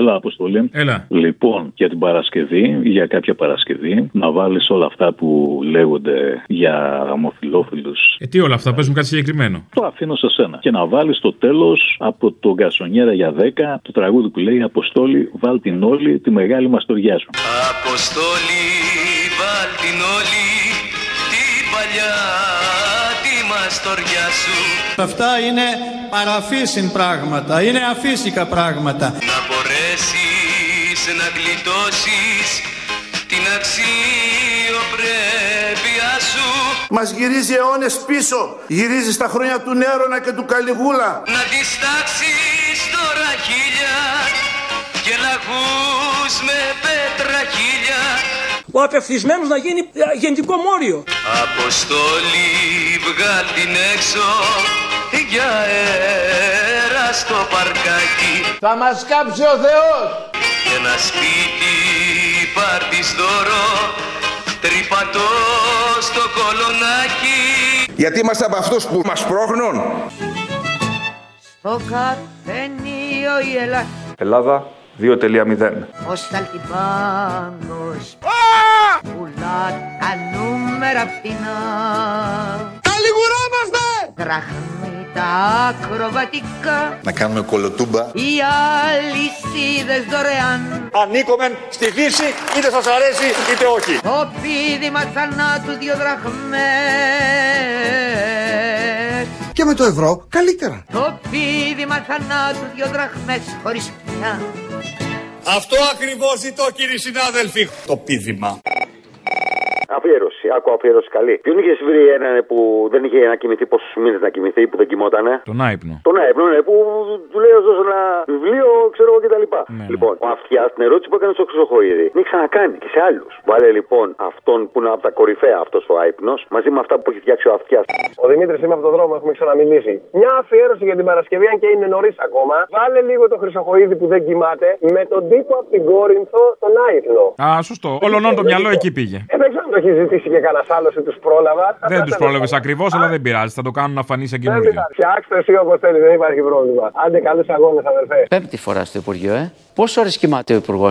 Έλα, Αποστολή. Έλα. Λοιπόν, για την Παρασκευή, για κάποια Παρασκευή, να βάλεις όλα αυτά που λέγονται για ομοφυλόφιλου. Ε, τι όλα αυτά, παίζουν κάτι συγκεκριμένο. Το αφήνω σε σένα. Και να βάλεις στο τέλος από τον Γκασονιέρα για 10 το τραγούδι που λέει Αποστόλη, βάλ την όλη τη μεγάλη μας τοριά σου. Αποστόλη βάλ την όλη την παλιά τη μαστοριά σου Αυτά είναι παραφύσιν πράγματα, είναι αφύσικα πράγματα. να μπορέσεις να γλιτώσεις την αξιοπρέπεια σου Μας γυρίζει αιώνες πίσω. Γυρίζει στα χρόνια του Νέρονα και του Καλιγούλα. να διστάξεις τώρα χίλια και λαγούς με πέτρα χίλια ο απευθυσμένος να γίνει ε, γενικό μόριο. Αποστόλη βγάλ την έξω για αέρα στο παρκάκι Θα μας κάψει ο Θεός. Ένα σπίτι πάρτις δώρο Τρυπατό στο κολονάκι Γιατί είμαστε από αυτούς που μας πρόχνουν. Στο καφενείο η Ελλάδα Ελλάδα 2.0. ως ταλτυπάνος πουλά τα νούμερα φθηνά Καλιγουρόμαστε! Δραχμή τα ακροβατικά ναι! Να κάνουμε κολοτούμπα. οι αλυσίδες δωρεάν Ανήκομεν στη Δύση, είτε σας αρέσει είτε όχι. το πίδημα θανάτου δυο δραχμές Και με το ευρώ καλύτερα. το πίδημα θανάτου δυο δραχμές χωρίς πια Αυτό ακριβώς ζητώ κύριοι συνάδελφοι. Το πίδημα. Αφιέρωση, άκου αφιέρωση καλή. Ποιον είχε βρει έναν που δεν είχε να κοιμηθεί πόσους μήνες να κοιμηθεί που δεν κοιμότανε. Τον άϊπνο. Τον ύπνο, ναι, που του λέει δώσω ένα βιβλίο, ξέρω εγώ κτλ. Ναι, ναι. Λοιπόν, ο Αυτιά την ερώτηση που έκανε στο Χρυσοχοίδη, μην ξανακάνει και σε άλλους. Βάλε λοιπόν αυτόν που είναι από τα κορυφαία αυτός ο άϊπνο, μαζί με αυτά που έχει φτιάξει ο Αυτιάς. Ο Δημήτρης είμαι από τον δρόμο, έχουμε ξαναμιλήσει. Μια αφιέρωση για την Παρασκευή, αν και είναι νωρίς ακόμα. Βάλε λίγο το Χρυσοχοίδη που δεν κοιμάται με τον τύπο από την Κόρινθο, τον Άϊπνο. Α, σωστό. Όλων το μυαλό εκεί πήγε. Ε, δεν ξέρω αν το έχει ζητήσει και κανένας άλλος ή τους πρόλαβα. Δεν του πρόλαβες ακριβώς, αλλά δεν πειράζει. Θα το κάνουν να φανεί Δεν σαν καινούριο. πειράζει. Φτιάξτε εσύ όπως θέλεις, δεν υπάρχει πρόβλημα. Άντε, καλούς αγώνες, αδερφέ. Πέμπτη φορά στο Υπουργείο, ε. Πόσες ώρες κοιμάται ο Υπουργός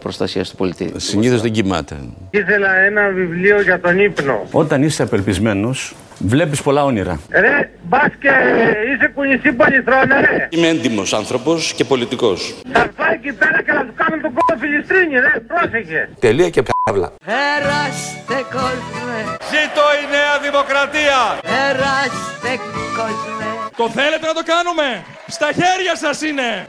Προστασίας του Πολιτή. Συνήθως δεν κοιμάται. Ήθελα ένα βιβλίο για τον ύπνο. Όταν είσαι απελπισμένος, βλέπεις πολλά όνειρα. Ρε, μπας και Ε, είσαι κουνησί πολυθρόνα, ρε. Είμαι έντιμος άνθρωπος και πολιτικός. Θα φάει εκεί πέρα και θα του κάνουν τον κόμμα φιλιστρίνη, ρε. Πρόσεχε. Τελεία και παύλα. Περάστε κόσμε, Ζήτω η νέα δημοκρατία. περάστε κόσμε. Το θέλετε να το κάνουμε. Στα χέρια σας είναι.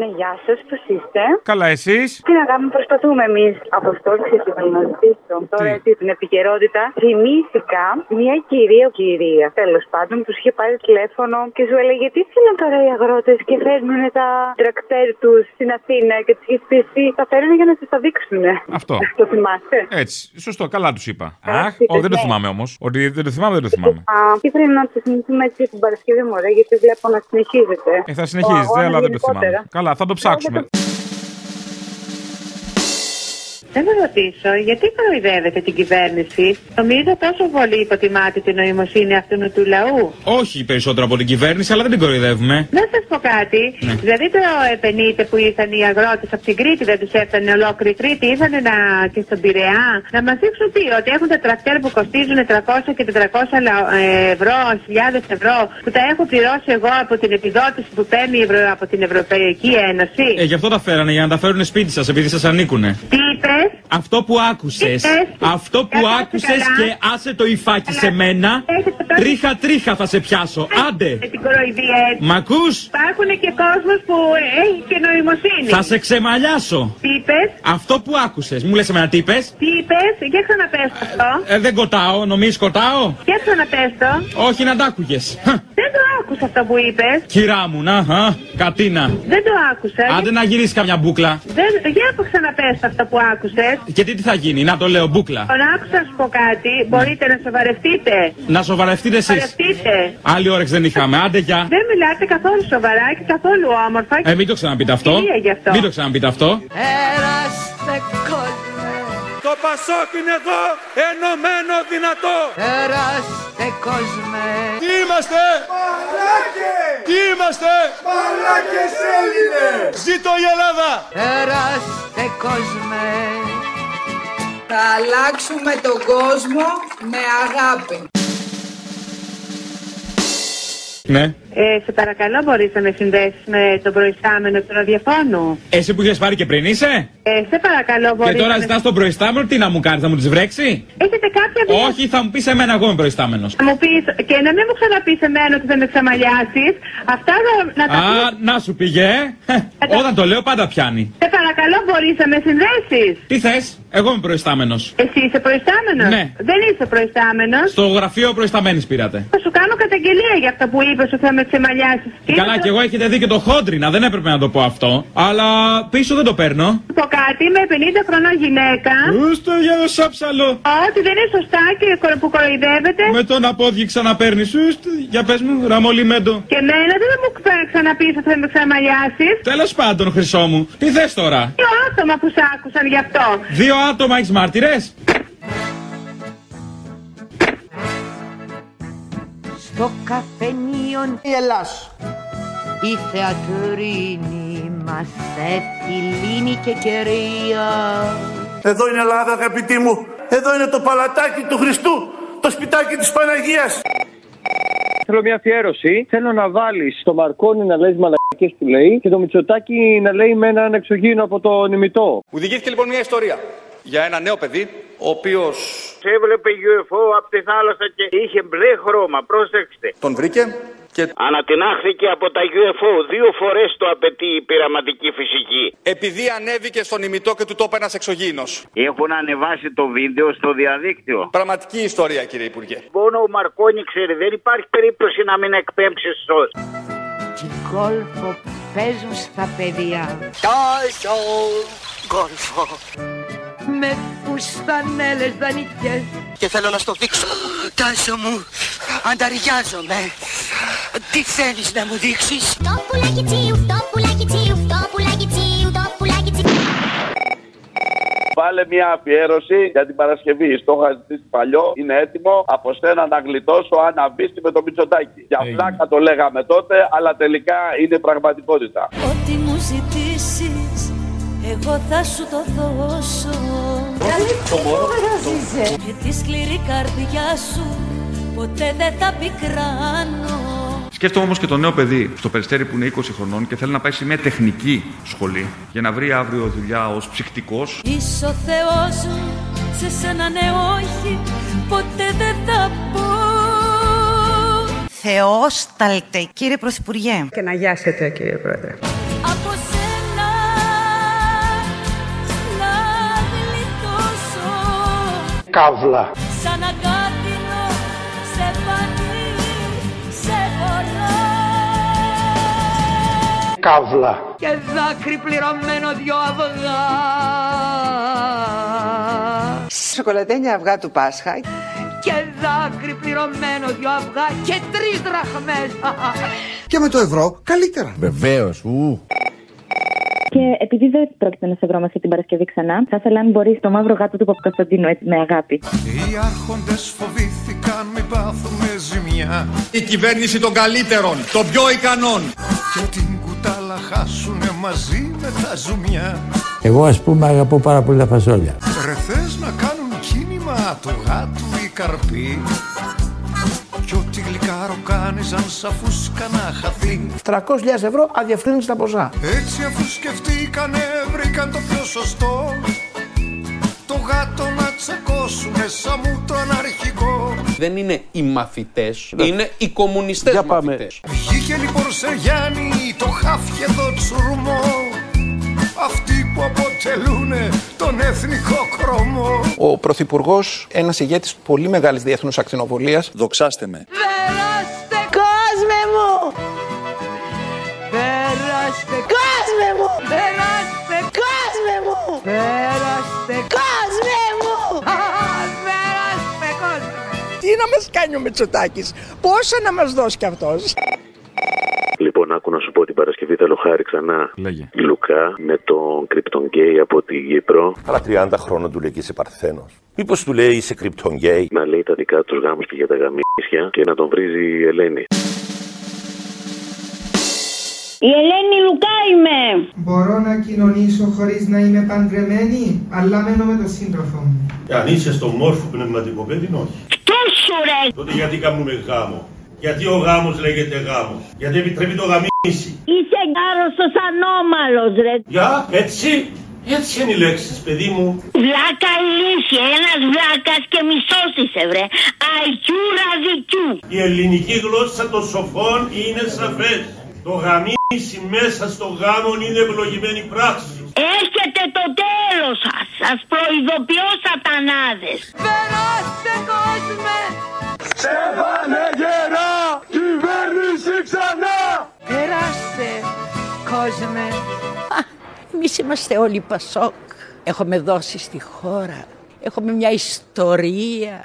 Ναι, γεια σας, πώς είστε. Καλά, εσείς. Τι να κάνουμε, προσπαθούμε εμείς. Αποστόλη και συγγνωμιστήσω. Τώρα έτσι την επικαιρότητα. Θυμήθηκα μια κυρία, κυρία τέλος πάντων, που σου είχε πάρει τηλέφωνο και σου έλεγε Τι θέλουν τώρα οι αγρότες και φέρνουν τα τρακτέρ τους στην Αθήνα και του είχε πει «Εσύ Τα φέρνουν για να σα τα δείξουν. Αυτό. Το θυμάστε. Έτσι. Σωστό, καλά τους είπα. Αχ, Άσχετε, ο, δεν το ναι. θυμάμαι όμως. Ότι δεν το θυμάμαι, δεν το θυμάμαι. Α, τι πρέπει να το θυμηθούμε έτσι την Παρασκευή μου, γιατί βλέπω να συνεχίζεται. Ε, θα Ο συνεχίζετε, αγώνας αλλά δεν το θυμάμαι. γενικότερα. Καλά, θα το ψάξουμε. Θέλω να ρωτήσω, γιατί κοροϊδεύετε την κυβέρνηση. Νομίζω τόσο πολύ υποτιμάτε την νοημοσύνη αυτού του λαού. Όχι περισσότερο από την κυβέρνηση, αλλά δεν την κοροϊδεύουμε. Να σας πω κάτι. Δηλαδή το επενείτε που ήρθαν οι αγρότες από την Κρήτη, δεν τους έφτανε ολόκληρη Κρήτη, ήρθαν να... και στον Πειραιά. Να μας δείξουν τι, ότι έχουν τα τρακτέρ που κοστίζουν 300 και 400 λα- ε, ευρώ, χιλιάδες ευρώ, που τα έχω πληρώσει εγώ από την επιδότηση που παίρνει η Ευρω- από την Ευρωπαϊκή Ένωση. Ε, γι' αυτό τα φέρανε, για να τα φέρουν σπίτι σας, επειδή σας ανήκουνε. Τι είπες? Αυτό που άκουσες. Είπες. Αυτό που Ε, Καλά, άκουσες καλά. και άσε το υφάκι Καλά. σε μένα. Έχετε το- Ε, Τρίχα, τρίχα θα σε πιάσω. Άντε. Με την κοροϊδία έτσι. Μ' ακούς? Υπάρχουν και κόσμος που ε, έχει και νοημοσύνη. Θα σε ξεμαλιάσω. Τι είπες? Αυτό που άκουσες. Μου λες εμένα τι είπες? Τι είπες, για ξαναπες το αυτό. Ε, δεν κοτάω, νομίζεις κοτάω. Για ξαναπες το. Όχι να τ' άκουγες. Δεν το άκουσα αυτό που είπες. Κυρά μου, να, α, κατίνα. Δεν το άκουσα. Άντε να γυρίσεις καμιά μπουκλα. Δεν... Για που ξαναπες το αυτό που άκουσες. Και τι, τι θα γίνει, να το λέω, μπουκλα. Τον άκουσα να σου πω Ναι. κάτι. Μπορείτε να σοβαρευτείτε. Να σοβαρευτείτε εσείς. Ε, Σοβαρευτείτε. Άλλη όρεξη δεν είχαμε. Άντε γεια. Δεν μιλάτε καθόλου σοβαρά και καθόλου όμορφα. Ε, μην το ξαναπείτε αυτό. Κυρία, γι' αυτό. Μην το ξαναπείτε αυτό. Περάστε κόσμε, Το Πασόκ είναι εδώ, ενωμένο δυνατό. περάστε κόσμε. Τι είμαστε. Μαλάκες! Τι είμαστε! Μαλάκες Έλληνες! Ζήτω η Ελλάδα! Περάστε κόσμε. Θα αλλάξουμε τον κόσμο με αγάπη. Ναι. Ε, σε παρακαλώ, μπορείς να με συνδέσεις με τον προϊστάμενο του ραδιοφώνου. Εσύ που είχες πάρει και πριν είσαι. Ε, σε παρακαλώ, μπορεί. Και τώρα ζητά τον προϊστάμενο, τι να μου κάνεις, θα μου τη βρέξει. Έχετε κάποια δουλειά. Όχι, θα μου πεις εμένα, εγώ είμαι προϊστάμενος. Να μου πεις, και να μην μου ξαναπείς εμένα ότι δεν με ξαμαλιάσεις. Αυτά να, να τα Α, πεις. να σου πήγε. ε. Όταν το λέω, πάντα πιάνει. Σε παρακαλώ, μπορείς να με συνδέσεις. Τι θες, εγώ είμαι προϊστάμενος. Εσύ είσαι προϊστάμενος. Ναι. Δεν είσαι προϊστάμενος. Στο γραφείο προϊσταμένης πήρατε. Θα σου κάνω καταγγελία για αυτά που είπες ότι θα με ξεμαλιάσει. Και Ε, καλά, κι εγώ έχετε δει και το χόντρινα, δεν έπρεπε να το πω αυτό. Αλλά πίσω δεν το παίρνω. πω κάτι, είμαι 50 χρονών γυναίκα. Ούστο για το σάψαλο. Ότι δεν είναι σωστά και κορο- που Ε. κοροϊδεύεται. Με τον απόδειξη ξαναπαίρνεις. Ούστο, για πες μου, ραμόλι μέντο. Και εμένα δεν θα μου ξα- ξαναπείς ότι θα με ξαμαλιάσει. Τέλος πάντων, χρυσό μου, τι θες τώρα. Δύο άτομα που σ' άκουσαν γι' αυτό. Δύο άτομα έχεις μάρτυρες. Στο καφενείο Ελλάς Η θεατρίνη μας επιλύνει και κερία Εδώ είναι Ελλάδα αγαπητοί μου. Εδώ είναι το παλατάκι του Χριστού. Το σπιτάκι της Παναγίας. Θέλω μια αφιέρωση. Θέλω να βάλεις το Μαρκόνι να λέει μαλακές που λέει και το Μητσοτάκι να λέει με έναν εξωγήινο από τον ημιτό. Μου διηγήθηκε λοιπόν μια ιστορία για ένα νέο παιδί, ο οποίος Έβλεπε UFO από τη θάλασσα και είχε μπλε χρώμα. Πρόσεξτε. τον βρήκε και Ανατινάχθηκε από τα UFO. Δύο φορές το απαιτεί η πειραματική φυσική. επειδή ανέβηκε στον ημιτό και του τόπα ένα εξωγήινος. Έχουν ανεβάσει το βίντεο στο διαδίκτυο. Πραγματική ιστορία, κύριε Υπουργέ. Μόνο ο Μαρκόνι ξέρει, δεν υπάρχει περίπτωση να μην εκπέμψει σως. Γκόλφο παίζουν στα παιδιά Τόσο γκολφό. Με φουστανέλες δανεικές Και θέλω να στο δείξω. Τάσο μου, ανταριάζομαι. Τι θέλεις να μου δείξεις. Το πουλάκι τσίου, το πουλάκι τσίου, το πουλάκι τσίου, το πουλάκι τσίου. Βάλε μια αφιέρωση για την Παρασκευή. Στο είχα ζητήσει παλιό, είναι έτοιμο. Από σένα να γλιτώσω αν αμπίστη με το Μητσοτάκι. Για πλάκα το λέγαμε τότε, αλλά τελικά είναι πραγματικότητα. Ό,τι μου ζητήσεις εγώ θα σου το δώσω Το μπορώ, το- Και τη σκληρή καρδιά σου ποτέ δεν θα πικράνω Σκέφτομαι όμως και το νέο παιδί στο περιστέρι που είναι 20 χρονών και θέλει να πάει σε μια τεχνική σχολή για να βρει αύριο δουλειά ως ψυχτικός. Είσαι ο Θεός μου, σε σένα ναι όχι, ποτέ δεν θα πω. Θεόσταλτε, κύριε Πρωθυπουργέ. Και να γιάσετε, κύριε Πρόεδρε. Από σένα να γλιτώσω, Καύλα. σαν αγκάτινο σε πανί, σε χωρά. Καύλα. Και δάκρυ πληρωμένο δυο αυγά Σοκολατένια αυγά του Πάσχα. Και δάκρυ πληρωμένο δυο αυγά Και τρεις δραχμές Και με το ευρώ καλύτερα. Βεβαίως. Και επειδή δεν πρόκειται να σε βρω μαζί την Παρασκευή ξανά, θα ήθελα αν μπορείς το μαύρο γάτο του Παπακοσταντίνου έτσι με αγάπη. Οι άρχοντες φοβήθηκαν μην πάθουμε ζημιά Η κυβέρνηση των καλύτερων, των πιο ικανών Και την κουτάλα χάσουνε μαζί με τα ζουμιά Εγώ ας πούμε αγαπώ πάρα πολύ τα φασόλια. Ρε θες να κάνουν κίνημα το γάτου ή καρπί Κι ό,τι γλυκάρο κάνεις αν σ' αφούσκα να χαθεί 300.000 ευρώ αδιαφρύνιστα ποσά. Έτσι αφού σκεφτήκανε βρήκαν το πιο σωστό Το γάτο να τσακώσουνε σαν μου τον αρχηγό Δεν είναι οι μαθητές, είναι οι κομμουνιστές μαθητές. Βγήκε λοιπόν σε Γιάννη το χάφι εδώ τσουρμό Αυτοί που αποτελούνε τον εθνικό κρόμο Ο Πρωθυπουργός, ένας ηγέτης πολύ μεγάλης διεθνούς ακτινοβολίας. Δοξάστε με. Περάστε κόσμε μου Περάστε κόσμε μου Περάστε κόσμε μου Περάστε κόσμε μου Περάστε κόσμε Τι να μας κάνει ο Μητσοτάκης, πόσα να μας δώσει κι αυτός. Λοιπόν, άκου να σου πω την Παρασκευή θέλω χάρη ξανά. Λέγε. Λουκά με τον Krypton Gay από την Κύπρο. Αλλά 30 χρόνων του λέει και είσαι παρθένος. Μήπως του λέει είσαι κρυπτον γκέι. Να λέει τα δικά τους γάμους και για τα γαμίσια και να τον βρίζει η Ελένη. είμαι. Μπορώ να κοινωνήσω χωρίς να είμαι παντρεμένη, αλλά μένω με τον σύντροφο μου. Αν είσαι στο μόρφο πνευματικό παιδί, όχι. Πού σου ρε. Τότε γιατί κάνουμε γάμο. Γιατί ο γάμος λέγεται γάμος. Γιατί επιτρέπει το γαμίσι. Είσαι άρρωστος ανώμαλος ρε. Για, έτσι. Έτσι είναι οι λέξεις, παιδί μου. Βλάκα ηλίθεια, ένας βλάκας και μισός είσαι βρε. Αϊκιού ραδικιού. Η ελληνική γλώσσα των σοφών είναι σαφές. Το γαμίσι μέσα στο γάμον είναι ευλογημένη πράξη. Έρχεται το τέλος σας. Σας προειδοποιώ σατανάδες. Περάστε κόσμε. Σε πάνε γερά, κυβέρνηση ξανά! Περάστε κόσμε. Εμείς είμαστε όλοι Πασόκ. Έχουμε δώσει στη χώρα. Έχουμε μια ιστορία.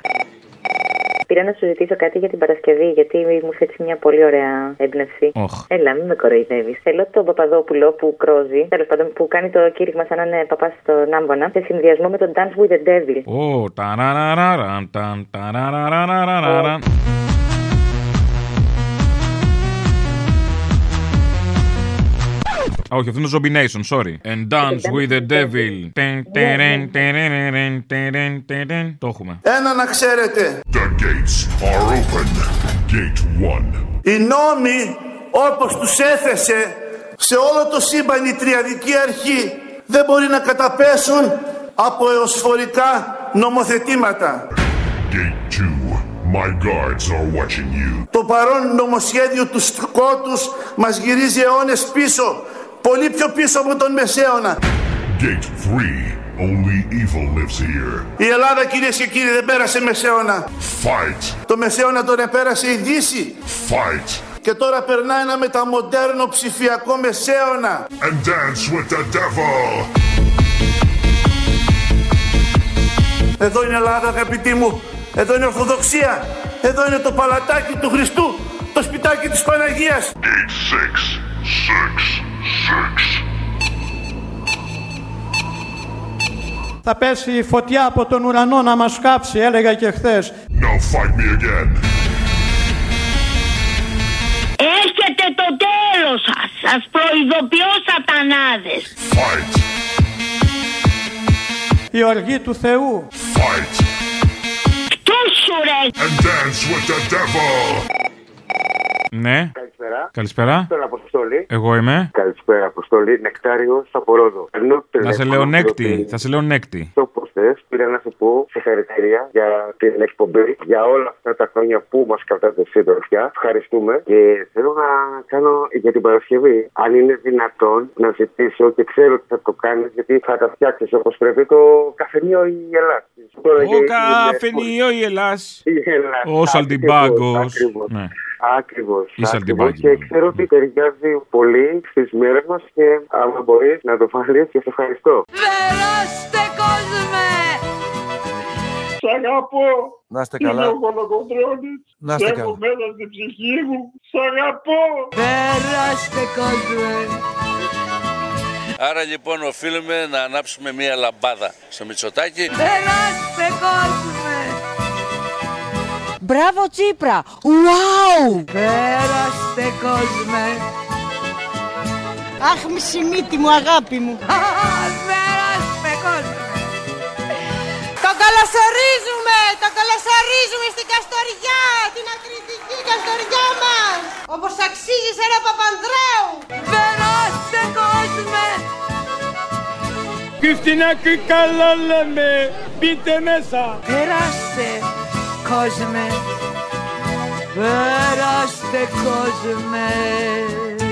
Πήρα να σου ζητήσω κάτι για την Παρασκευή, γιατί μου είχε έτσι μια πολύ ωραία έμπνευση. Οχ. Έλα, μην με κοροϊδεύεις. Θέλω τον Παπαδόπουλο που κρόζει, τέλος πάντων που κάνει το κήρυγμα σαν να είναι παπάς στον άμβονα, σε συνδυασμό με τον Dance with the Devil. Ω, ταραραραραν, ταν, ταραραραραραν. Α, όχι, αυτό είναι το Zombination, sorry. And dance with the devil. Τεν, τερεν, τερερερεν, τερεν, τερεν. Το έχουμε. Ένα να ξέρετε. The gates are open. Gate 1. Οι νόμοι όπως τους έθεσε σε όλο το σύμπαν η τριαδική αρχή δεν μπορεί να καταπέσουν από εωσφορικά νομοθετήματα. Gate 2. My guards are watching you. Το παρόν νομοσχέδιο του Σκότους μας γυρίζει αιώνες πίσω, πολύ πιο πίσω από τον Μεσαίωνα. Gate 3. Only evil lives here. Η Ελλάδα κυρίες και κύριοι δεν πέρασε Μεσαίωνα. Fight. Το Μεσαίωνα τον επέρασε η Δύση Fight. και τώρα περνά ένα μεταμοντέρνο ψηφιακό Μεσαίωνα. And dance with the devil. Εδώ είναι Ελλάδα αγαπητοί μου, εδώ είναι Ορθοδοξία, εδώ είναι το παλατάκι του Χριστού, το σπιτάκι της Παναγίας. Gate 6. 6. 6. Θα πέσει η φωτιά από τον ουρανό να μας κάψει, έλεγα και χθες. Now fight me again. Έρχεται το τέλος σας. Σας προειδοποιώ σατανάδες. Fight. Η οργή του Θεού. Fight. Πού σου ρε. And dance with the devil. Ναι. Καλησπέρα. Καλησπέρα. Καλησπέρα, Αποστολή. Εγώ είμαι. Καλησπέρα, Αποστολή. Νεκτάριος από Ρόδο. Ενώ Θα σε τηλέφωνο λέω το νέκτη. οποίο Θα σε λέω νέκτη. Όπω θε, πήρα να σου πω συγχαρητήρια για την εκπομπή, για όλα αυτά τα χρόνια που μας κρατάτε συντροφιά. Ευχαριστούμε. Και θέλω να κάνω για την Παρασκευή, αν είναι δυνατόν, να ζητήσω και ξέρω ότι θα το κάνεις, γιατί θα τα φτιάξεις όπως πρέπει το καφενείο η Ελλάδα. Ο καφενείο η Ελλάς. Ο Σαλτιμπάγκος. Ναι. Ακριβώς. Είσαι Αλτιμπάγκη, Και ξέρω ότι ταιριάζει πολύ στις μέρες μας και άμα μπορείς να το βάλεις και σε ευχαριστώ. Περάστε κόσμε. Σ' αγαπώ. Να είστε Είμαι καλά. ο Κολοκοντρώνης. Να είστε Έχω καλά. μέσα στην ψυχή μου. Σ' αγαπώ. Περάστε κόσμε. Άρα λοιπόν οφείλουμε να ανάψουμε μία λαμπάδα στο Μητσοτάκι. Περάστε κόσμε. Μπράβο Τσίπρα. Ουάου. Περάστε κόσμε. Αχ, μισή μύτη μου, αγάπη μου. Α, Περάστε κόσμε. Το καλωσορίζουμε. Το καλωσορίζουμε στην Καστοριά. Την ακριτική Καστοριά μας. Όπως αξίζει σε ένα Παπανδρέου. Περάστε κόσμε. Κρυφτινά και καλά λέμε. Μπείτε μέσα. Περάστε κόσμε. Περάστε κόσμε.